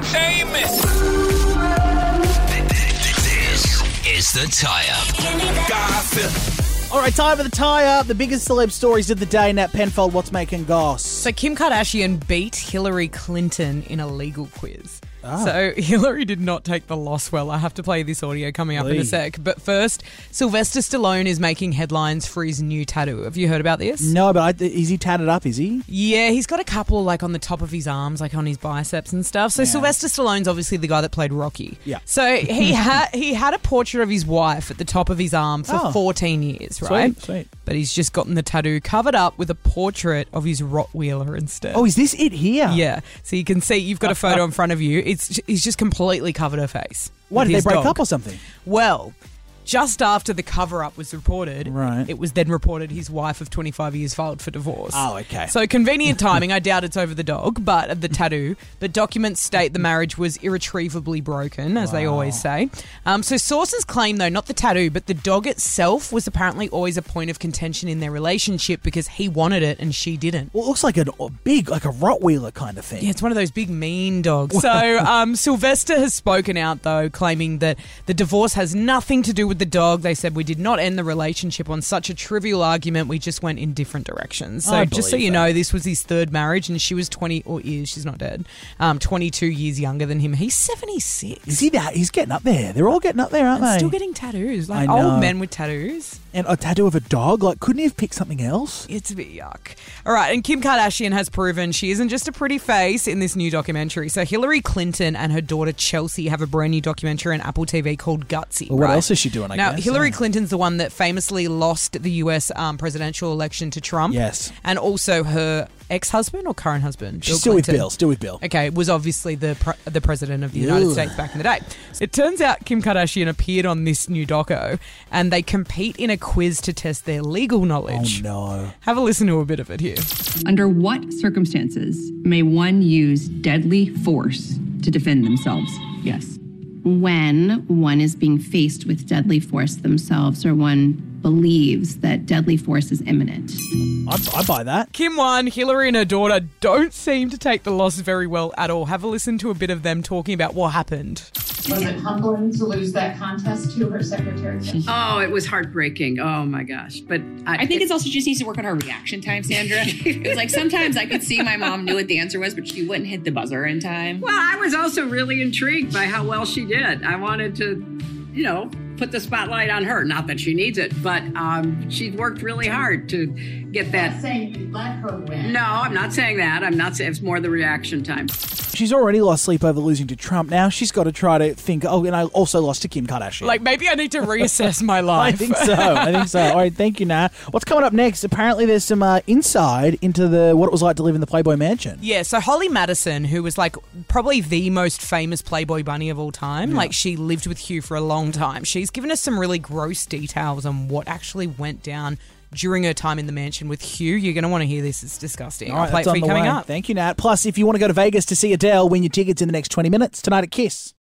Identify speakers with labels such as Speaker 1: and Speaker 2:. Speaker 1: Seamus.
Speaker 2: This is the tie up.
Speaker 1: Garfield.
Speaker 3: All right, time for the tie up. The biggest celeb stories of the day. Nat Penfold, what's making goss?
Speaker 4: So Kim Kardashian beat Hillary Clinton in a legal quiz.
Speaker 3: Ah.
Speaker 4: So Hillary did not take the loss well. I have to play this audio coming up in a
Speaker 3: Please.
Speaker 4: sec. But first, Sylvester Stallone is making headlines for his new tattoo. Have you heard about this?
Speaker 3: No, but I, is he tatted up? Is he?
Speaker 4: Yeah, he's got a couple like on the top of his arms, like on his biceps and stuff. So Sylvester Stallone's obviously the guy that played Rocky.
Speaker 3: Yeah.
Speaker 4: So he had he had a portrait of his wife at the top of his arm for
Speaker 3: Oh.
Speaker 4: 14 years, right?
Speaker 3: sweet.
Speaker 4: But he's just gotten the tattoo covered up with a portrait of his Rottweiler instead.
Speaker 3: Oh, is this it here?
Speaker 4: Yeah. So you can see you've got a photo in front of you. It's he's just completely covered her face.
Speaker 3: Why
Speaker 4: with
Speaker 3: did they
Speaker 4: his
Speaker 3: break
Speaker 4: dog.
Speaker 3: up or something?
Speaker 4: Well, just after the cover up was reported,
Speaker 3: Right.
Speaker 4: it was then reported his wife of 25 years filed for divorce.
Speaker 3: Oh, okay.
Speaker 4: So convenient timing. I doubt it's over the dog, but the tattoo. But documents state the marriage was irretrievably broken, as they always say. Um, so sources claim, though, not the tattoo, but the dog itself was apparently always a point of contention in their relationship because he wanted it and she didn't.
Speaker 3: Well, it looks like an- a big, like a Rottweiler kind of thing.
Speaker 4: Yeah, it's one of those big mean dogs. So um, Sylvester has spoken out though, claiming that the divorce has nothing to do with the dog. They said we did not end the relationship on such a trivial argument. We just went in different directions. So
Speaker 3: I
Speaker 4: just so
Speaker 3: believe
Speaker 4: you
Speaker 3: that.
Speaker 4: know, this was his third marriage, and she was twenty or is she's not dead, um, twenty two years younger than him. He's seventy six.
Speaker 3: Is he that? He's getting up there. They're all getting up there, aren't they?
Speaker 4: Still getting tattoos, like
Speaker 3: I know.
Speaker 4: old men with tattoos.
Speaker 3: and a tattoo of a dog. Like, couldn't he have picked something else?
Speaker 4: It's a bit yuck. All right, and Kim Kardashian has proven she isn't just a pretty face in this new documentary. So Hillary Clinton and her daughter Chelsea have a brand new documentary on Apple TV called Gutsy.
Speaker 3: Well, what
Speaker 4: right?
Speaker 3: else is she doing, I
Speaker 4: now,
Speaker 3: guess?
Speaker 4: Hillary
Speaker 3: Yeah.
Speaker 4: Clinton's the one that famously lost the U.S. Um, presidential election to Trump.
Speaker 3: Yes.
Speaker 4: and also her ex-husband or current husband.
Speaker 3: She's
Speaker 4: Bill
Speaker 3: still with
Speaker 4: Clinton.
Speaker 3: Bill. Still with Bill.
Speaker 4: Okay, was obviously the pre- the president of the United
Speaker 3: Ew.
Speaker 4: States back in the day. It turns out Kim Kardashian appeared on this new doco, and they compete in a quiz to test their legal
Speaker 3: Oh
Speaker 4: knowledge.
Speaker 3: no.
Speaker 4: Have a listen to a bit of it here.
Speaker 5: Under what circumstances may one use deadly force to defend themselves? Yes.
Speaker 6: when one is being faced with deadly force themselves or one believes that deadly force is imminent.
Speaker 3: I, I buy that.
Speaker 4: Kim won. Hillary and her daughter don't seem to take the loss very well at all. Have a listen to a bit of them talking about what happened.
Speaker 7: Was it humbling to lose that contest to her secretary?
Speaker 8: Oh, it was heartbreaking. Oh my gosh. But I,
Speaker 9: I think it's also she just needs to work on her reaction time, Sandra. it was like sometimes I could see my mom knew what the answer was, but she wouldn't hit the buzzer in time.
Speaker 8: well, I was also really intrigued by how well she did. I wanted to, you know, put the spotlight on her. Not that she needs it, but um, she worked really hard to get that.
Speaker 7: Saying you let her win.
Speaker 8: No, I'm not saying that. I'm not saying it's more the reaction time.
Speaker 3: She's already lost sleep over losing to Trump. Now she's got to try to think. Oh, and I also lost to Kim Kardashian.
Speaker 4: Like, maybe I need to reassess my
Speaker 3: I
Speaker 4: life.
Speaker 3: think so. I think so. All right, thank you, Nat. What's coming up next? Apparently, there's some uh, inside into the what it was like to live in the Playboy Mansion.
Speaker 4: Yeah, so Holly Madison, who was like probably the most famous Playboy bunny of all time, like she lived with Hugh for a long time. She's given us some really gross details on what actually went down during her time in the mansion with Hugh. You're going to want to hear this. It's disgusting.
Speaker 3: All right,
Speaker 4: I'll play it
Speaker 3: that's
Speaker 4: for
Speaker 3: on
Speaker 4: you
Speaker 3: the
Speaker 4: coming
Speaker 3: way.
Speaker 4: up.
Speaker 3: Thank you, Nat. Plus, if you want to go to Vegas to see Adele, win your tickets in the next 20 minutes tonight at Kiss.